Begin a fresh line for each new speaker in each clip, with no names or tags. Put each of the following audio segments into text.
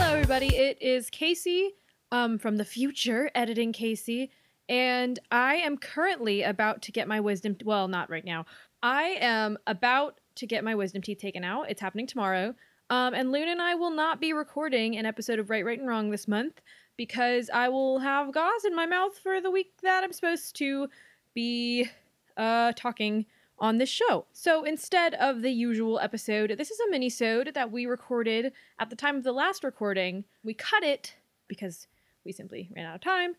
everybody. It is Casey um, from the future, editing Casey. And I am currently about to get my wisdom. Well, not right now. I am about to get my wisdom teeth taken out. It's happening tomorrow. Um, and Luna and I will not be recording an episode of Right, Right, and Wrong this month because I will have gauze in my mouth for the week that I'm supposed to be uh, talking on this show. So instead of the usual episode, this is a mini-sode that we recorded at the time of the last recording. We cut it because we simply ran out of time.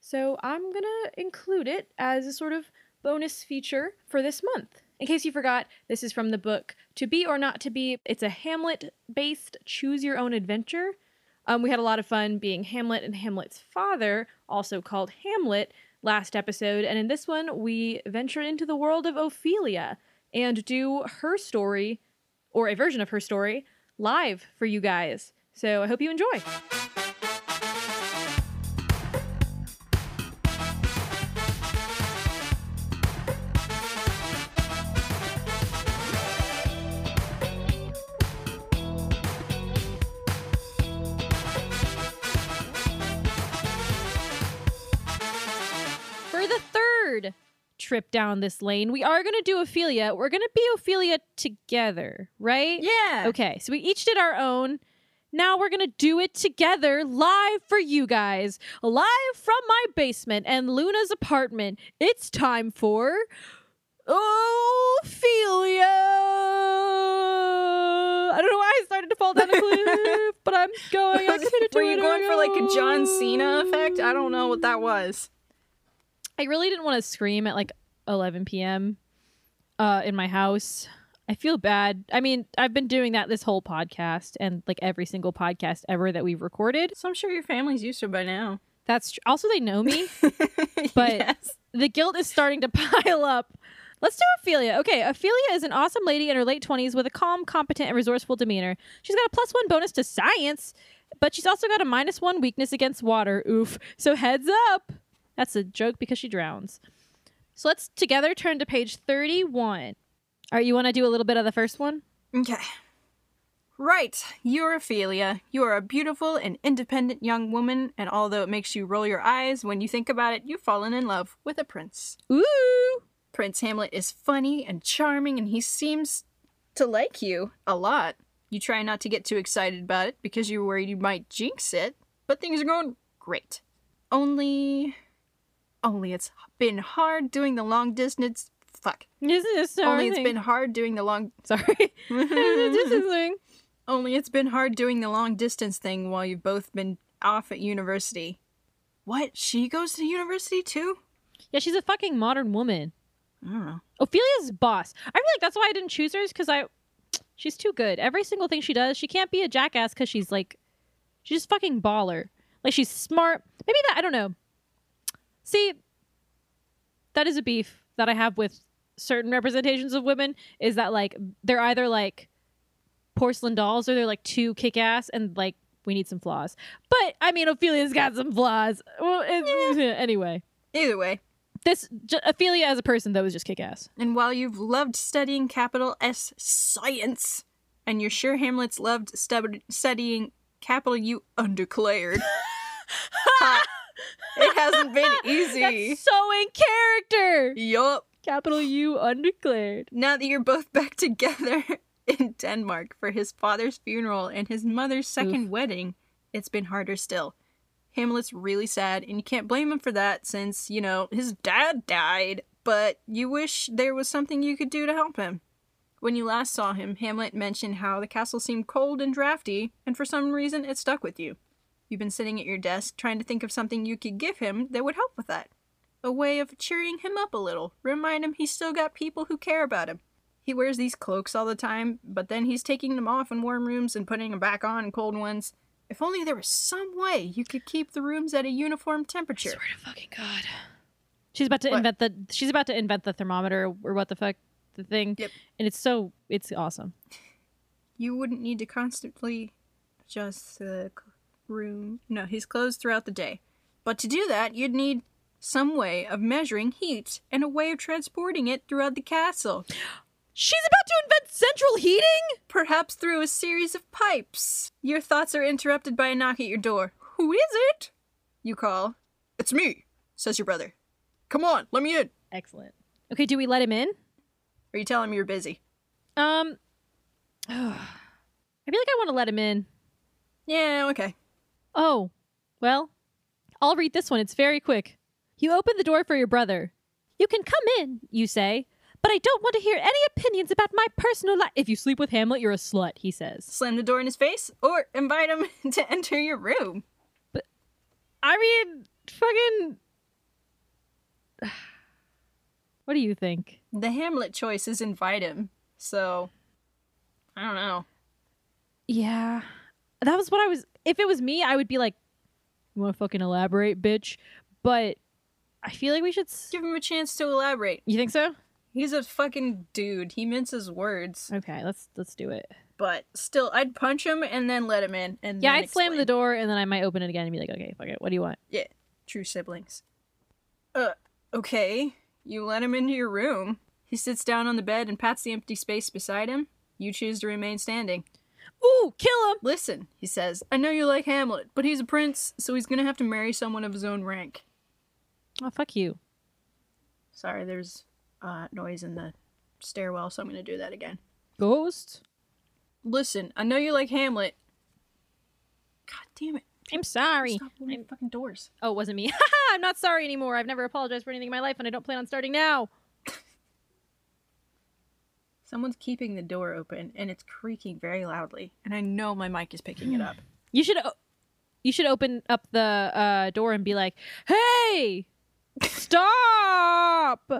So I'm going to include it as a sort of bonus feature for this month. In case you forgot, this is from the book To Be or Not to Be. It's a Hamlet based choose your own adventure. Um, we had a lot of fun being Hamlet and Hamlet's father, also called Hamlet, last episode. And in this one, we venture into the world of Ophelia and do her story, or a version of her story, live for you guys. So I hope you enjoy. For the third trip down this lane, we are going to do Ophelia. We're going to be Ophelia together, right?
Yeah.
Okay, so we each did our own. Now we're gonna do it together, live for you guys, live from my basement and Luna's apartment. It's time for Ophelia. I don't know why I started to fall down a cliff, but I'm going. I committed to
Were you
it,
going
I
for like a John
go.
Cena effect? I don't know what that was.
I really didn't want to scream at like 11 p.m. Uh, in my house. I feel bad. I mean, I've been doing that this whole podcast and like every single podcast ever that we've recorded.
So I'm sure your family's used to it by now.
That's tr- also they know me. But-
Yes.
the guilt is starting to pile up. Let's do Ophelia. Okay, Ophelia is an awesome lady in her late 20s with a calm, competent, and resourceful demeanor. She's got a plus one bonus to science, but she's also got a minus one weakness against water. Oof. So heads up. That's a joke because she drowns. So let's together turn to page 31. All right, you want to do a little bit of the first one?
Okay. Right, you're Ophelia. You are a beautiful and independent young woman, and although it makes you roll your eyes when you think about it, you've fallen in love with a prince.
Ooh.
Prince Hamlet is funny and charming, and he seems to like you a lot. You try not to get too excited about it because you're worried you might jinx it, but things are going great. Only. Only it's been hard doing the long distance. Fuck.
This is so
Only it's been hard doing the long.
Sorry. this is thing.
Only it's been hard doing the long distance thing while you've both been off at university. What? She goes to university too?
Yeah, she's a fucking modern woman.
I don't know.
Ophelia's boss. I feel like that's why I didn't choose her is because I she's too good. Every single thing she does, she can't be a jackass because she's like she's just fucking baller. Like she's smart. Maybe that I don't know. See, that is a beef that I have with certain representations of women is that like they're either like porcelain dolls or they're like too kick ass and like we need some flaws. But I mean, Ophelia's got some flaws. Well, it- anyway,
Either way,
this J- Ophelia as a person though is just kick ass.
And while you've loved studying capital S science, and you're sure Hamlet's loved stud- studying capital U underclared, ha, it hasn't been easy.
That's so in character.
Yup.
Capital U undeclared.
Now that you're both back together in Denmark for his father's funeral and his mother's second wedding, it's been harder still. Hamlet's really sad, and you can't blame him for that since, you know, his dad died, but you wish there was something you could do to help him. When you last saw him, Hamlet mentioned how the castle seemed cold and drafty, and for some reason it stuck with you. You've been sitting at your desk trying to think of something you could give him that would help with that a way of cheering him up a little. Remind him he's still got people who care about him. He wears these cloaks all the time, but then he's taking them off in warm rooms and putting them back on in cold ones. If only there was some way you could keep the rooms at a uniform temperature.
to fucking god. She's about to
What?
invent the she's about to invent the thermometer or what the fuck the thing.
Yep.
And it's so it's awesome.
You wouldn't need to constantly adjust the c- room. No, he's closed throughout the day. But to do that, you'd need some way of measuring heat and a way of transporting it throughout the castle.
She's about to invent central heating?
Perhaps through a series of pipes. Your thoughts are interrupted by a knock at your door. Who is it? You call. It's me, says your brother. Come on, let me in.
Excellent. Okay, do we let him in?
Or you tell him you're busy.
Um, I feel like I want to let him in.
Yeah, okay.
Oh, well, I'll read this one. It's very quick. You open the door for your brother. You can come in, you say, but I don't want to hear any opinions about my personal life. If you sleep with Hamlet, you're a slut, he says.
Slam the door in his face or invite him to enter your room.
I mean, fucking. What do you think?
The Hamlet choice is invite him. So, I don't know.
Yeah. That was what I was. If it was me, I would be like, you want to fucking elaborate, bitch? But I feel like we should. S-
Give him a chance to elaborate.
you think so?
He's a fucking dude. He mints his words.
Okay, let's let's do it.
But still, I'd punch him and then let him in. And
Yeah,
then
I'd slam the
explain.
door and then I might open it again and be like, okay, fuck it. What do you want?
Yeah, true siblings. Uh, okay. You let him into your room. He sits down on the bed and pats the empty space beside him. You choose to remain standing.
Ooh, kill him.
Listen, he says, I know you like Hamlet, but he's a prince, so he's gonna have to marry someone of his own rank.
Oh, fuck you.
Sorry, there's uh, noise in the stairwell, so I'm gonna do that again.
Ghost.
Listen, I know you like Hamlet. God damn it.
I'm sorry.
Stop opening the fucking doors.
Oh, it wasn't me. I'm not sorry anymore. I've never apologized for anything in my life and I don't plan on starting now.
Someone's keeping the door open and it's creaking very loudly, and I know my mic is picking it up.
You should o- you should open up the uh, door and be like, "Hey! Stop!"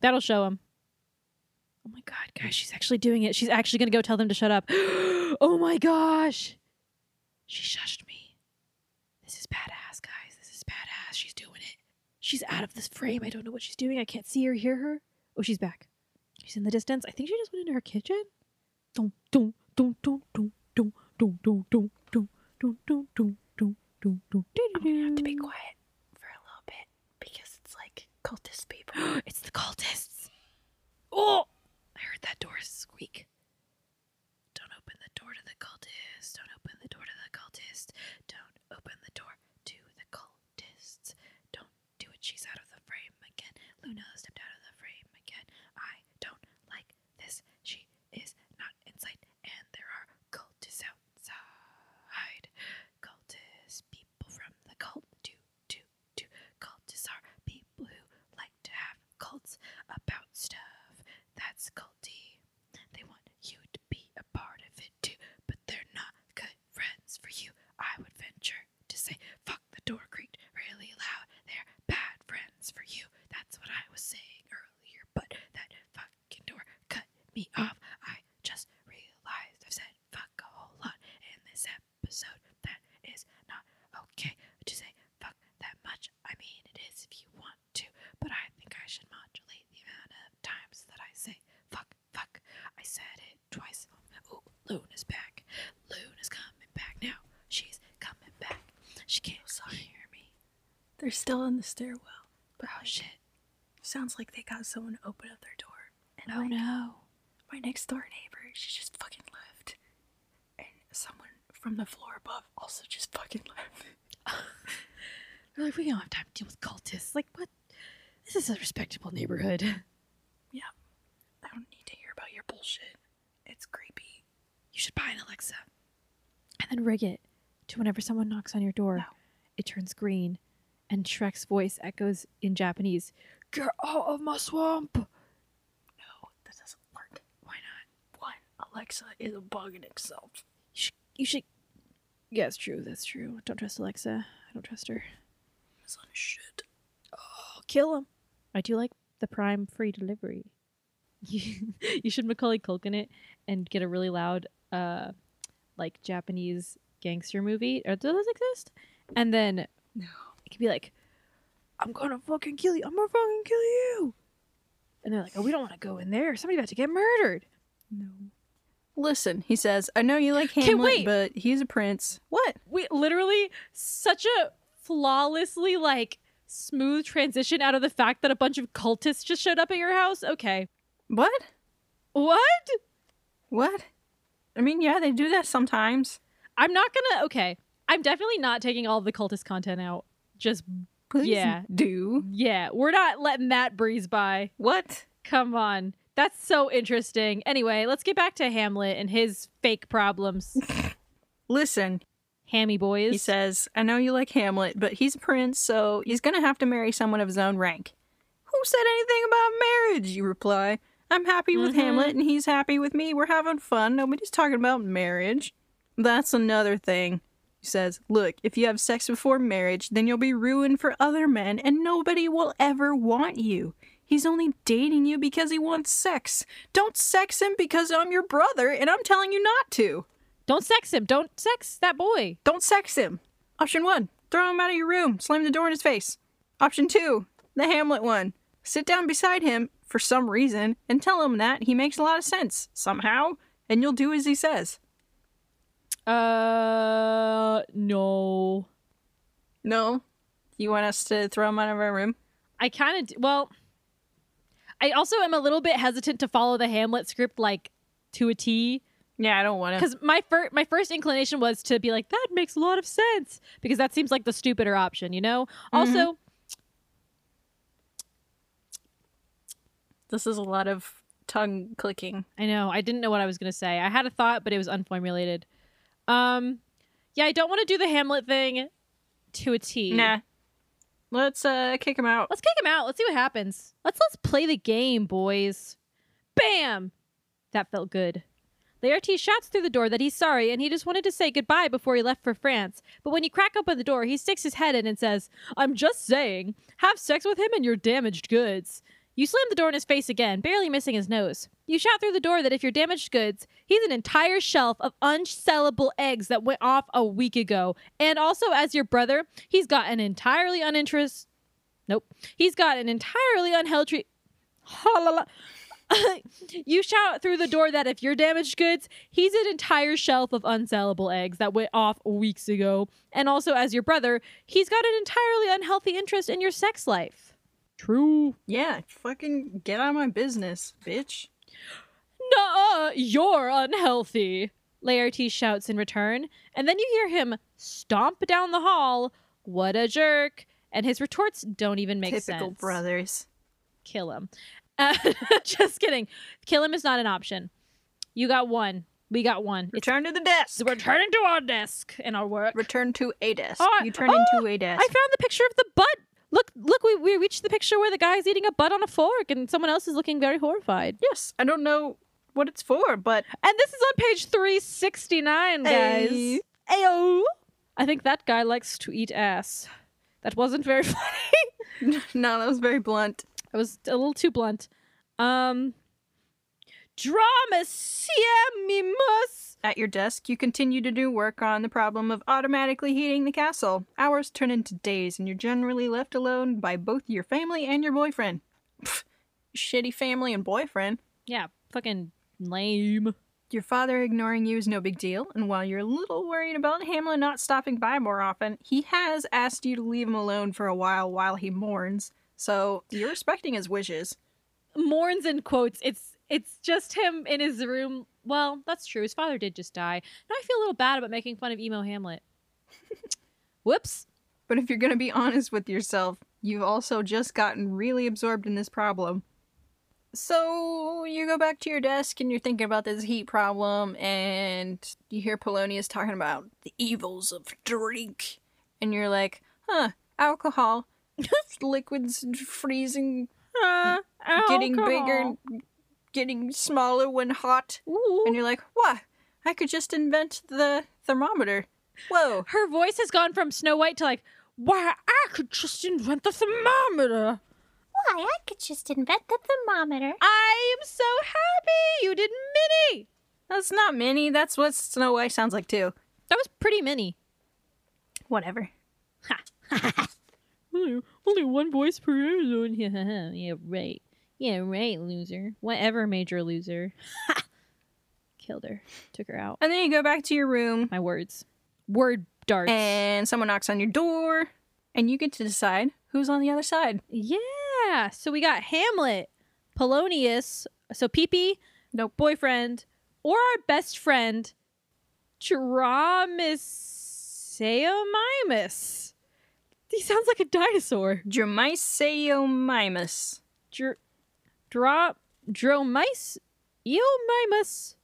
That'll show him. Oh my god, guys, she's actually doing it. She's actually going to go tell them to shut up. oh my gosh. She shushed me. This is badass, guys. This is badass. She's doing it. She's out of this frame. I don't know what she's doing. I can't see or hear her. Oh, she's back. She's in the distance. I think she just went into her kitchen. Dun, dun, dun, dun, dun, dun, dun, dun, dun, dun, dun, dun, dun, dun, dun, dun. I'm gonna Oh, have to be
quiet for a little bit because it's like cultist people.
quiet. it's the cultists. Oh, I heard that door squeak. Don't open the door to the cultists. Don't open the door to the cultists. Don't open the door to the cultists. Don't do it. She's out of the frame again. Luna stepped out of the frame again. I don't like this. She is not in sight, and there are cultists outside. Cultists, people from the cult. Do, do, do. Cultists are people who like to have cults about stuff. That's culty. They want you to be a part of it too, but they're not good friends for you. I would venture to say, fuck the door creaked really loud. They're bad friends for you. That's what I was saying earlier, but that fucking door cut me off. I just realized I've said fuck a whole lot in this episode. That is not okay to say fuck that much. I mean, it is if you want to, but I think I should modulate the amount of times that I say fuck, fuck. I said it twice. Ooh, Luna's back. Luna's coming back now. She's coming back. She can't hear me.
They're still in the stairwell.
Oh shit.
Sounds like they got someone to open up their door. And
Oh
like,
no.
my next door neighbor, she just fucking left. And someone from the floor above also just fucking left.
They're like, we don't have time to deal with cultists. Like, what? This is a respectable neighborhood.
yeah. I don't need to hear about your bullshit. It's creepy.
You should buy an Alexa. And then rig it to whenever someone knocks on your door,
No.
it turns green, and Shrek's voice echoes in Japanese Get out of my swamp!
No, that doesn't work.
Why not?
One, Alexa is a bug in itself.
You should. You should... Yeah, it's true. That's true. Don't trust Alexa. I don't trust her.
It's on shit.
I'll kill him. I do like the Prime free delivery. You, you should Macaulay Culkin it and get a really loud, uh, like Japanese gangster movie. Or do those exist? And then
No.
it could be like, "I'm gonna fucking kill you. I'm gonna fucking kill you." And they're like, "Oh, we don't want to go in there. Somebody about to get murdered."
No. Listen, he says, I know you like
Okay,
Hamlet,
wait.
but he's a prince. What?
We literally such a flawlessly like smooth transition out of the fact that a bunch of cultists just showed up at your house. Okay.
What?
What?
What? I mean, yeah, they do that sometimes.
I'm not gonna. Okay, I'm definitely not taking all of the cultist content out. Just
Please
Yeah.
do.
yeah, we're not letting that breeze by.
What?
Come on, that's so interesting. Anyway, let's get back to Hamlet and his fake problems.
Listen,
Hammy boys.
he says, I know you like Hamlet, but he's a prince, so he's gonna have to marry someone of his own rank. Who said anything about marriage? You reply. I'm happy with
Mhm.
Hamlet, and he's happy with me. We're having fun. Nobody's talking about marriage. That's another thing. He says, Look, if you have sex before marriage, then you'll be ruined for other men, and nobody will ever want you. He's only dating you because he wants sex. Don't sex him because I'm your brother, and I'm telling you not to.
Don't sex him. Don't sex that boy.
Don't sex him. Option one, throw him out of your room, slam the door in his face. Option two, the Hamlet one, sit down beside him for some reason and tell him that he makes a lot of sense somehow, and you'll do as he says.
Uh, no.
No, you want us to throw him out of our room?
I kind of well. I also am a little bit hesitant to follow the Hamlet script like to a T
Yeah, I don't want
because my first my first inclination was to be like that makes a lot of sense because that seems like the stupider option, you know. Also,
This is a lot of tongue clicking.
I know I didn't know what I was gonna say. I had a thought, but it was unformulated. Um, yeah, I don't want to do the Hamlet thing to a T.
Nah. Let's uh kick him out.
Let's kick him out. Let's see what happens. Let's let's play the game, boys. Bam! That felt good. Laertes shouts through the door that he's sorry and he just wanted to say goodbye before he left for France. But when you crack open the door, he sticks his head in and says, I'm just saying, have sex with him and your damaged goods. You slam the door in his face again, barely missing his nose. You shout through the door that if you're damaged goods, he's an entire shelf of unsellable eggs that went off a week ago. And also, as your brother, he's got an entirely uninterest Nope. He's got an entirely unhealthy. Halala. you shout through the door that if you're damaged goods, he's an entire shelf of unsellable eggs that went off weeks ago. And also, as your brother, he's got an entirely unhealthy interest in your sex life. True.
Yeah, fucking get out of my business, bitch.
Nuh you're unhealthy, Laertes shouts in return. And then you hear him stomp down the hall. What a jerk. And his retorts don't even make sense.
Typical brothers.
kill him. Uh, just kidding. Kill him is not an option. You got one. We got one. It's
Return to the desk.
we're turning to our desk and our work.
Return to a desk.
Oh, I-
you turn
oh,
into a
I
desk.
found the picture of the butt. Look, look, we, we reached the picture where the guy's eating a butt on a fork and someone else is looking very horrified.
Yes, I don't know what it's for, but
And this is on page 369, guys.
Hey.
Ayo. I think that guy likes to eat ass. That wasn't very funny.
no, that was very blunt.
I was a little too blunt. Um, drama, siemimus.
At your desk, you continue to do work on the problem of automatically heating the castle. Hours turn into days, and you're generally left alone by both your family and your boyfriend. Pfft, shitty family and boyfriend.
Yeah, fucking lame.
Your father ignoring you is no big deal, and while you're a little worried about Hamlet not stopping by more often, he has asked you to leave him alone for a while while he mourns. So you're respecting his wishes.
Mourns in quotes. It's it's just him in his room. Well, that's true. His father did just die. Now I feel a little bad about making fun of emo Hamlet. Whoops.
But if you're going to be honest with yourself, you've also just gotten really absorbed in this problem. So you go back to your desk and you're thinking about this heat problem, and you hear Polonius talking about the evils of drink. And you're like, huh, alcohol, liquids freezing,
oh,
getting bigger, getting smaller when hot. And you're like, what? I could just invent the thermometer. Whoa.
Her voice has gone from Snow White to like, why I could just invent the thermometer.
Why, I could just invent the thermometer.
I am so happy you did mini.
That's not mini. That's what Snow White sounds like too.
That was pretty mini.
Whatever.
only, only one voice per episode. yeah, right. Yeah, right, loser. Whatever, major loser. Killed her. Took her out.
And then you go back to your room,
My words. Word darts.
and someone knocks on your door, and you get to decide who's on the other side.
yeah. So we got Hamlet, Polonius, so Peepee,
Nope.
boyfriend, or our best friend, Dromaeosaurus. He sounds like a dinosaur.
Dromaeosaurus.
Dr- dra- Dromice, Eomimus,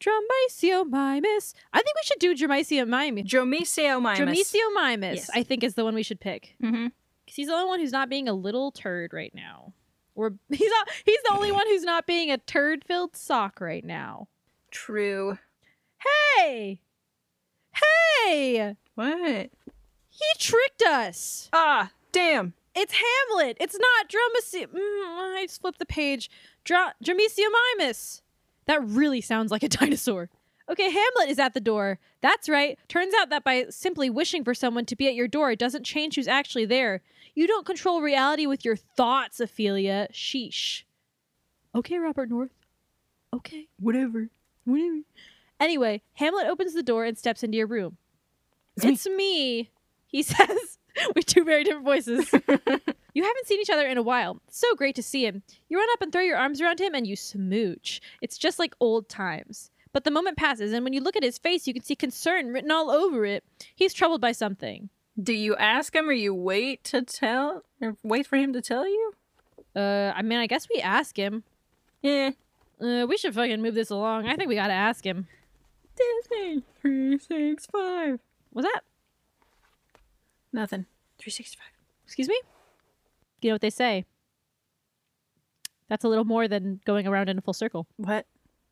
Dromaeomimus. I think we should do Dromaeomimus.
Dromaeosaurus.
Dromaeomimus,
Yes.
I think, is the one we should pick.
Mhm.
Because he's the only one who's not being a little turd right now. Or he's not, he's the only one who's not being a turd filled sock right now.
True.
Hey! Hey!
What?
He tricked us!
Ah, damn.
It's Hamlet! It's not Dromace. Mm, I just flipped the page. Dra- Dromaeomimus! That really sounds like a dinosaur. Okay, Hamlet is at the door. That's right. Turns out that by simply wishing for someone to be at your door doesn't change who's actually there. You don't control reality with your thoughts, Ophelia. Sheesh. Okay, Robert North. Okay.
Whatever. Whatever.
Anyway, Hamlet opens the door and steps into your room.
It's me.
It's me, he says with two very different voices. you haven't seen each other in a while. So great to see him. You run up and throw your arms around him and you smooch. It's just like old times. But the moment passes, and when you look at his face, you can see concern written all over it. He's troubled by something.
Do you ask him or you wait to tell? Or wait for him to tell you?
Uh, I mean, I guess we ask him.
Yeah.
Uh, we should fucking move this along. I think we gotta ask him.
Disney. 365.
Was that?
Nothing. 365.
Excuse me? You know what they say. That's a little more than going around in a full circle.
What?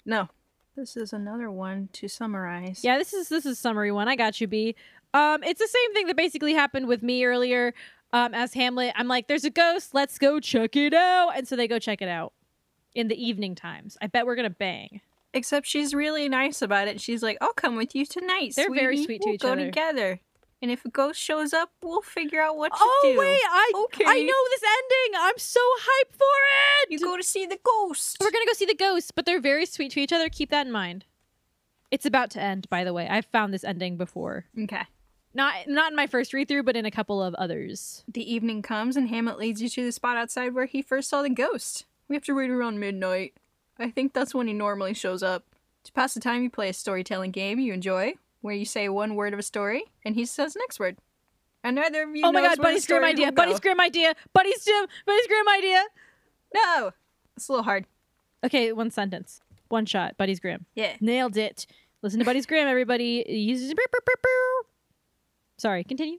No. This is another one to summarize.
Yeah, this is this is summary one. I got you, B. Um, it's the same thing that basically happened with me earlier. Um, as Hamlet, I'm like, "There's a ghost. Let's go check it out." And so they go check it out in the evening times. I bet we're gonna bang.
Except she's really nice about it. She's like, I'll come with you tonight.
They're very sweet
sweetie.
to
we'll
each
go
other."
together. And if a ghost shows up, we'll figure out what to
Oh
do.
wait, I
Okay.
I know this ending. I'm so hyped for it.
You go to see the ghost.
We're gonna go see the ghosts, but they're very sweet to each other. Keep that in mind. It's about to end, by the way. I've found this ending before.
okay.
Not not in my first read through, but in a couple of others.
The evening comes, and Hamlet leads you to the spot outside where he first saw the ghost. We have to wait around midnight. I think that's when he normally shows up. To pass the time, you play a storytelling game you enjoy, where you say one word of a story, and he says the next word. And neither of you.
oh my god,
knows where the
Buddy's grim
story
idea.
will go.
Buddy's grim idea. Buddy's Jim. Buddy's grim idea.
No, it's a little hard.
Okay, one sentence. One shot. Buddy's grim.
Yeah.
Nailed it. Listen to Buddy's grim, everybody. He uses boop, boop, boop, boop. Sorry, continue.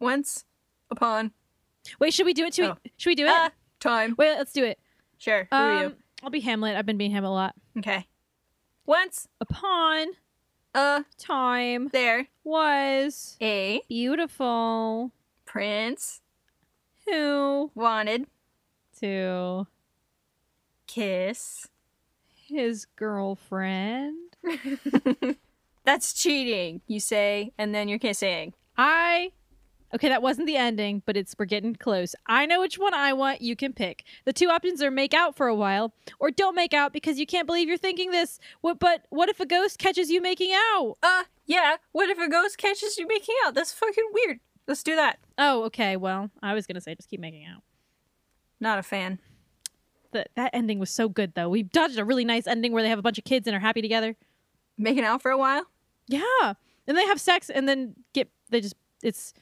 Once upon
Wait, should we do it too?
Oh.
Should we do it?
a time.
Wait, let's do it.
Sure. Who are you?
Um, I'll be Hamlet. I've been being Hamlet a lot.
Okay. Once
Upon
uh
time
there
was
a
beautiful
prince
who
wanted
to
kiss.
his girlfriend.
That's cheating, you say, and then you're kissing.
I Okay, that wasn't the ending, but it's we're getting close. I know which one I want. You can pick. The two options are make out for a while or don't make out because you can't believe you're thinking this. What but what if a ghost catches you making out?
Uh, yeah. What if a ghost catches you making out? That's fucking weird. Let's do that.
Oh, okay. Well, I was going to say just keep making out.
Not a fan.
That that ending was so good though. We dodged a really nice ending where they have a bunch of kids and are happy together.
Making out for a while?
Yeah. And they have sex and then get they just it's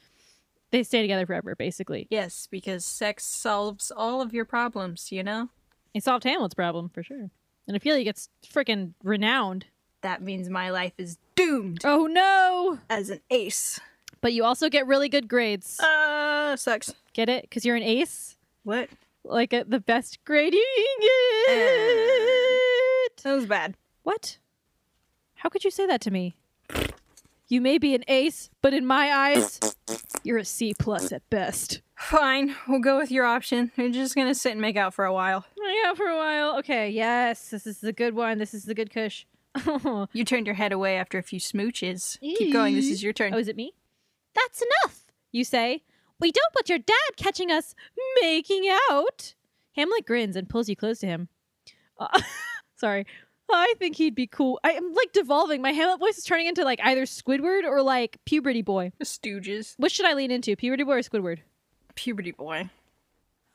they stay together forever basically.
Yes, because sex solves all of your problems, you know?
It solved Hamlet's problem for sure. And Ophelia gets freaking renowned.
That means my life is doomed
Oh no.
as an ace.
But you also get really good grades.
Uh, sucks.
Get it? Because you're an ace?
What?
Like uh the best grade you Uh. can get.
That was bad.
What? How could you say that to me? You may be an ace, but in my eyes, you're a C plus at best.
Fine, we'll go with your option. We're just gonna sit and make out for a while.
Yeah, for a while. Okay, yes, this is the good one. This is the good cush. oh,
You turned your head away after a few smooches. Keep going, this is your turn.
Oh, is it me? That's enough, you say. We don't want your dad catching us making out. Hamlet grins and pulls you close to him. Uh, sorry. I think he'd be cool. I am like devolving. My Hamlet voice is turning into like either Squidward or like Puberty Boy.
Stooges.
What should I lean into, Puberty Boy or Squidward?
Puberty boy.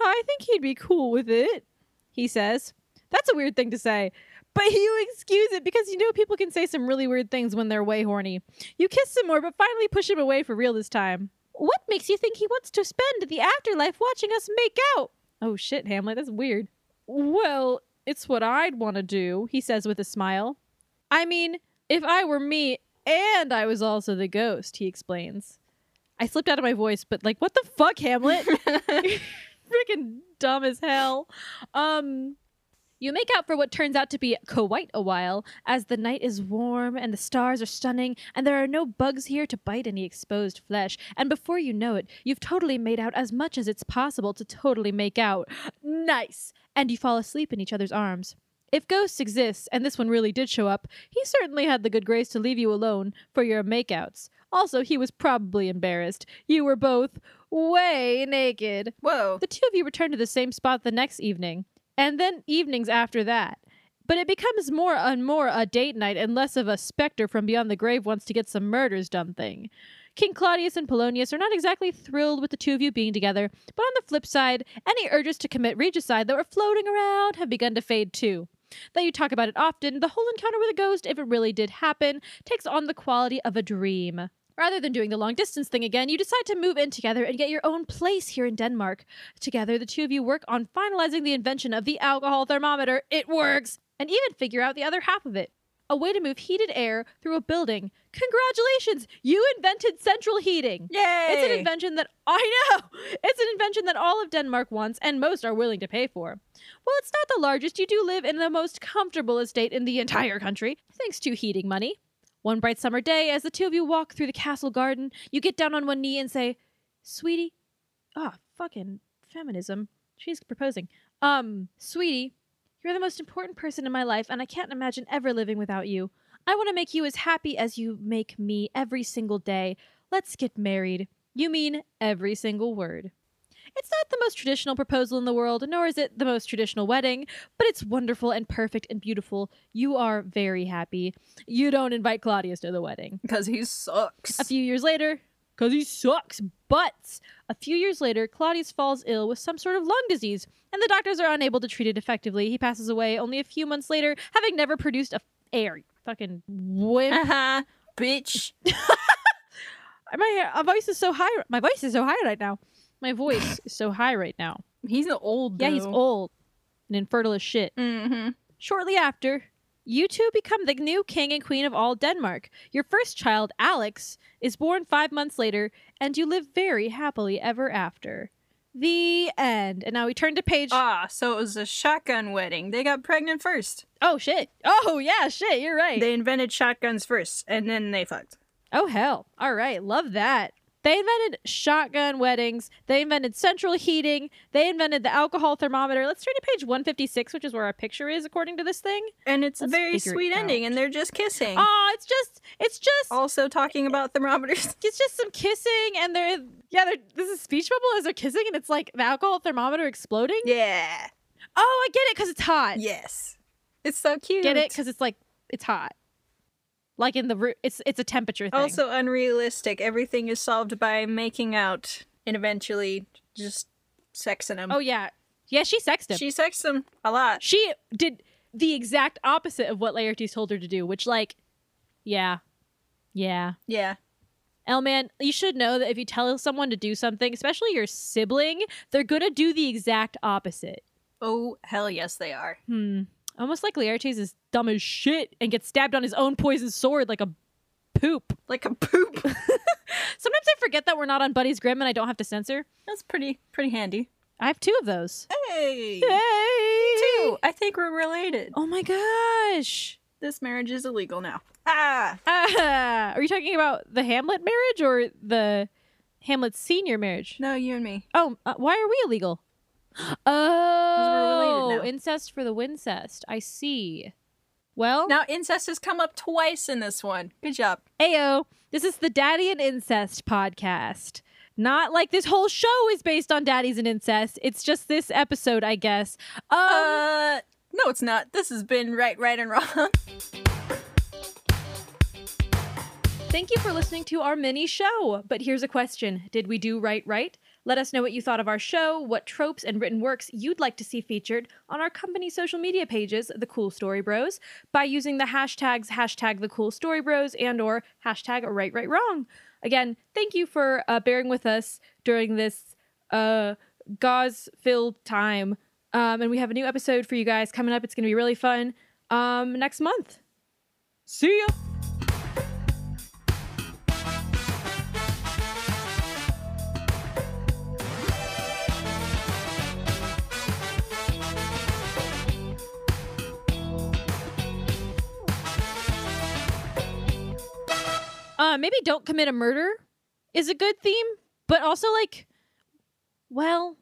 I think he'd be cool with it, he says. That's a weird thing to say, But you excuse it because you know people can say some really weird things when they're way horny. You kiss him more, but finally push him away for real this time. What makes you think he wants to spend the afterlife watching us make out? Oh shit, Hamlet, that's weird. Well, it's what I'd want to do, he says with a smile. I mean, if I were me and I was also the ghost, he explains. I slipped out of my voice, but like, what the fuck, Hamlet? Freaking dumb as hell. Um, you make out for what turns out to be quite a while, as the night is warm and the stars are stunning, and there are no bugs here to bite any exposed flesh. And before you know it, you've totally made out as much as it's possible to totally make out. Nice! And you fall asleep in each other's arms. If ghosts exist, and this one really did show up, he certainly had the good grace to leave you alone for your makeouts. Also, he was probably embarrassed. You were both way naked.
Whoa.
The two of you return to the same spot the next evening, and then evenings after that. But it becomes more and more a date night and less of a specter from beyond the grave wants to get some murders done thing. King Claudius and Polonius are not exactly thrilled with the two of you being together, but on the flip side, any urges to commit regicide that were floating around have begun to fade too. Though you talk about it often, the whole encounter with a ghost, if it really did happen, takes on the quality of a dream. Rather than doing the long distance thing again, you decide to move in together and get your own place here in Denmark. Together, the two of you work on finalizing the invention of the alcohol thermometer. It works! And even figure out the other half of it a way to move heated air through a building. Congratulations! You invented central heating!
Yay.
It's an invention that I know. It's an invention that all of Denmark wants and most are willing to pay for. While it's not the largest, you do live in the most comfortable estate in the entire country, thanks to heating money. One bright summer day, as the two of you walk through the castle garden, you get down on one knee and say, "Sweetie, ah, fucking feminism. She's proposing. Um, sweetie, you're the most important person in my life, and I can't imagine ever living without you. I want to make you as happy as you make me every single day. Let's get married. You mean every single word. It's not the most traditional proposal in the world, nor is it the most traditional wedding, but it's wonderful and perfect and beautiful. You are very happy. You don't invite Claudius to the wedding.
Because he sucks.
A few years later, because he sucks butts. A few years later, Claudius falls ill with some sort of lung disease, and the doctors are unable to treat it effectively. He passes away only a few months later, having never produced a f- air. you Fucking wimp.
uh-huh. Bitch.
my, hair, my voice is so high. My voice is so high right now. My voice is so high right now.
He's an old
Yeah, he's old and infertile as shit.
Mm-hmm.
Shortly after, you two become the new king and queen of all Denmark. Your first child, Alex, is born five months later, and you live very happily ever after. The end. And now we turn to page.
Ah, so it was a shotgun wedding. They got pregnant first.
oh, shit. Oh, yeah, shit. You're right.
They invented shotguns first, and then they fucked.
oh, hell. All right. Love that. They invented shotgun weddings. They invented central heating. They invented the alcohol thermometer. Let's turn to page 156, which is where our picture is, according to this thing.
And it's a
Let's
very
figure it
sweet
out.
ending, and they're just kissing.
Oh, it's just, it's just
also talking about thermometers.
it's just some kissing and they're yeah they're, this is speech bubble as they're kissing and it's like the alcohol thermometer exploding
yeah.
oh i get it because it's hot
Yes. It's so cute.
get it because it's like it's hot like in the room it's it's a temperature thing
Also unrealistic. Everything is solved by making out and eventually just sexing him.
oh yeah yeah she sexed him she,
she sexed him a lot.
did the exact opposite of what laertes told her to do which like yeah yeah
Yeah.
Elman, you should know that if you tell someone to do something, especially your sibling, they're gonna do the exact opposite.
Oh hell yes they are.
Hmm. Almost like Laertes is dumb as shit and gets stabbed on his own poison sword like a poop.
Like a poop.
Sometimes I forget that we're not on Buddy's Grim and I don't have to censor.
That's pretty pretty handy.
I have two of those.
Hey.
Hey!
Two. I think we're related.
Oh my gosh!
This marriage is illegal now. Ah.
Ah, are you talking about the Hamlet marriage or the Hamlet senior marriage?
No, you and me.
Oh, uh, why are we illegal?
we're
Oh,
related now.
incest for the wincest. I see. Well,
Now incest has come up twice in this one. Good job.
Ayo, this is the Daddy and Incest podcast. Not like this whole show is based on daddies and incest. It's just this episode, I guess. Um,
Uh no, it's not. This has been right, right, and wrong.
thank you for listening to our mini show. But here's a question Did we do right, right? Let us know what you thought of our show, what tropes and written works you'd like to see featured on our company social media pages, The Cool Story Bros, by using the hashtags hashtag The Cool Story Bros and or hashtag Right Right Wrong. Again, thank you for uh, bearing with us during this uh, gauze-filled time. Um, and we have a new episode for you guys coming up. It's going to be really fun um, next month. See ya! Uh, maybe don't commit a murder is a good theme, but also like, well,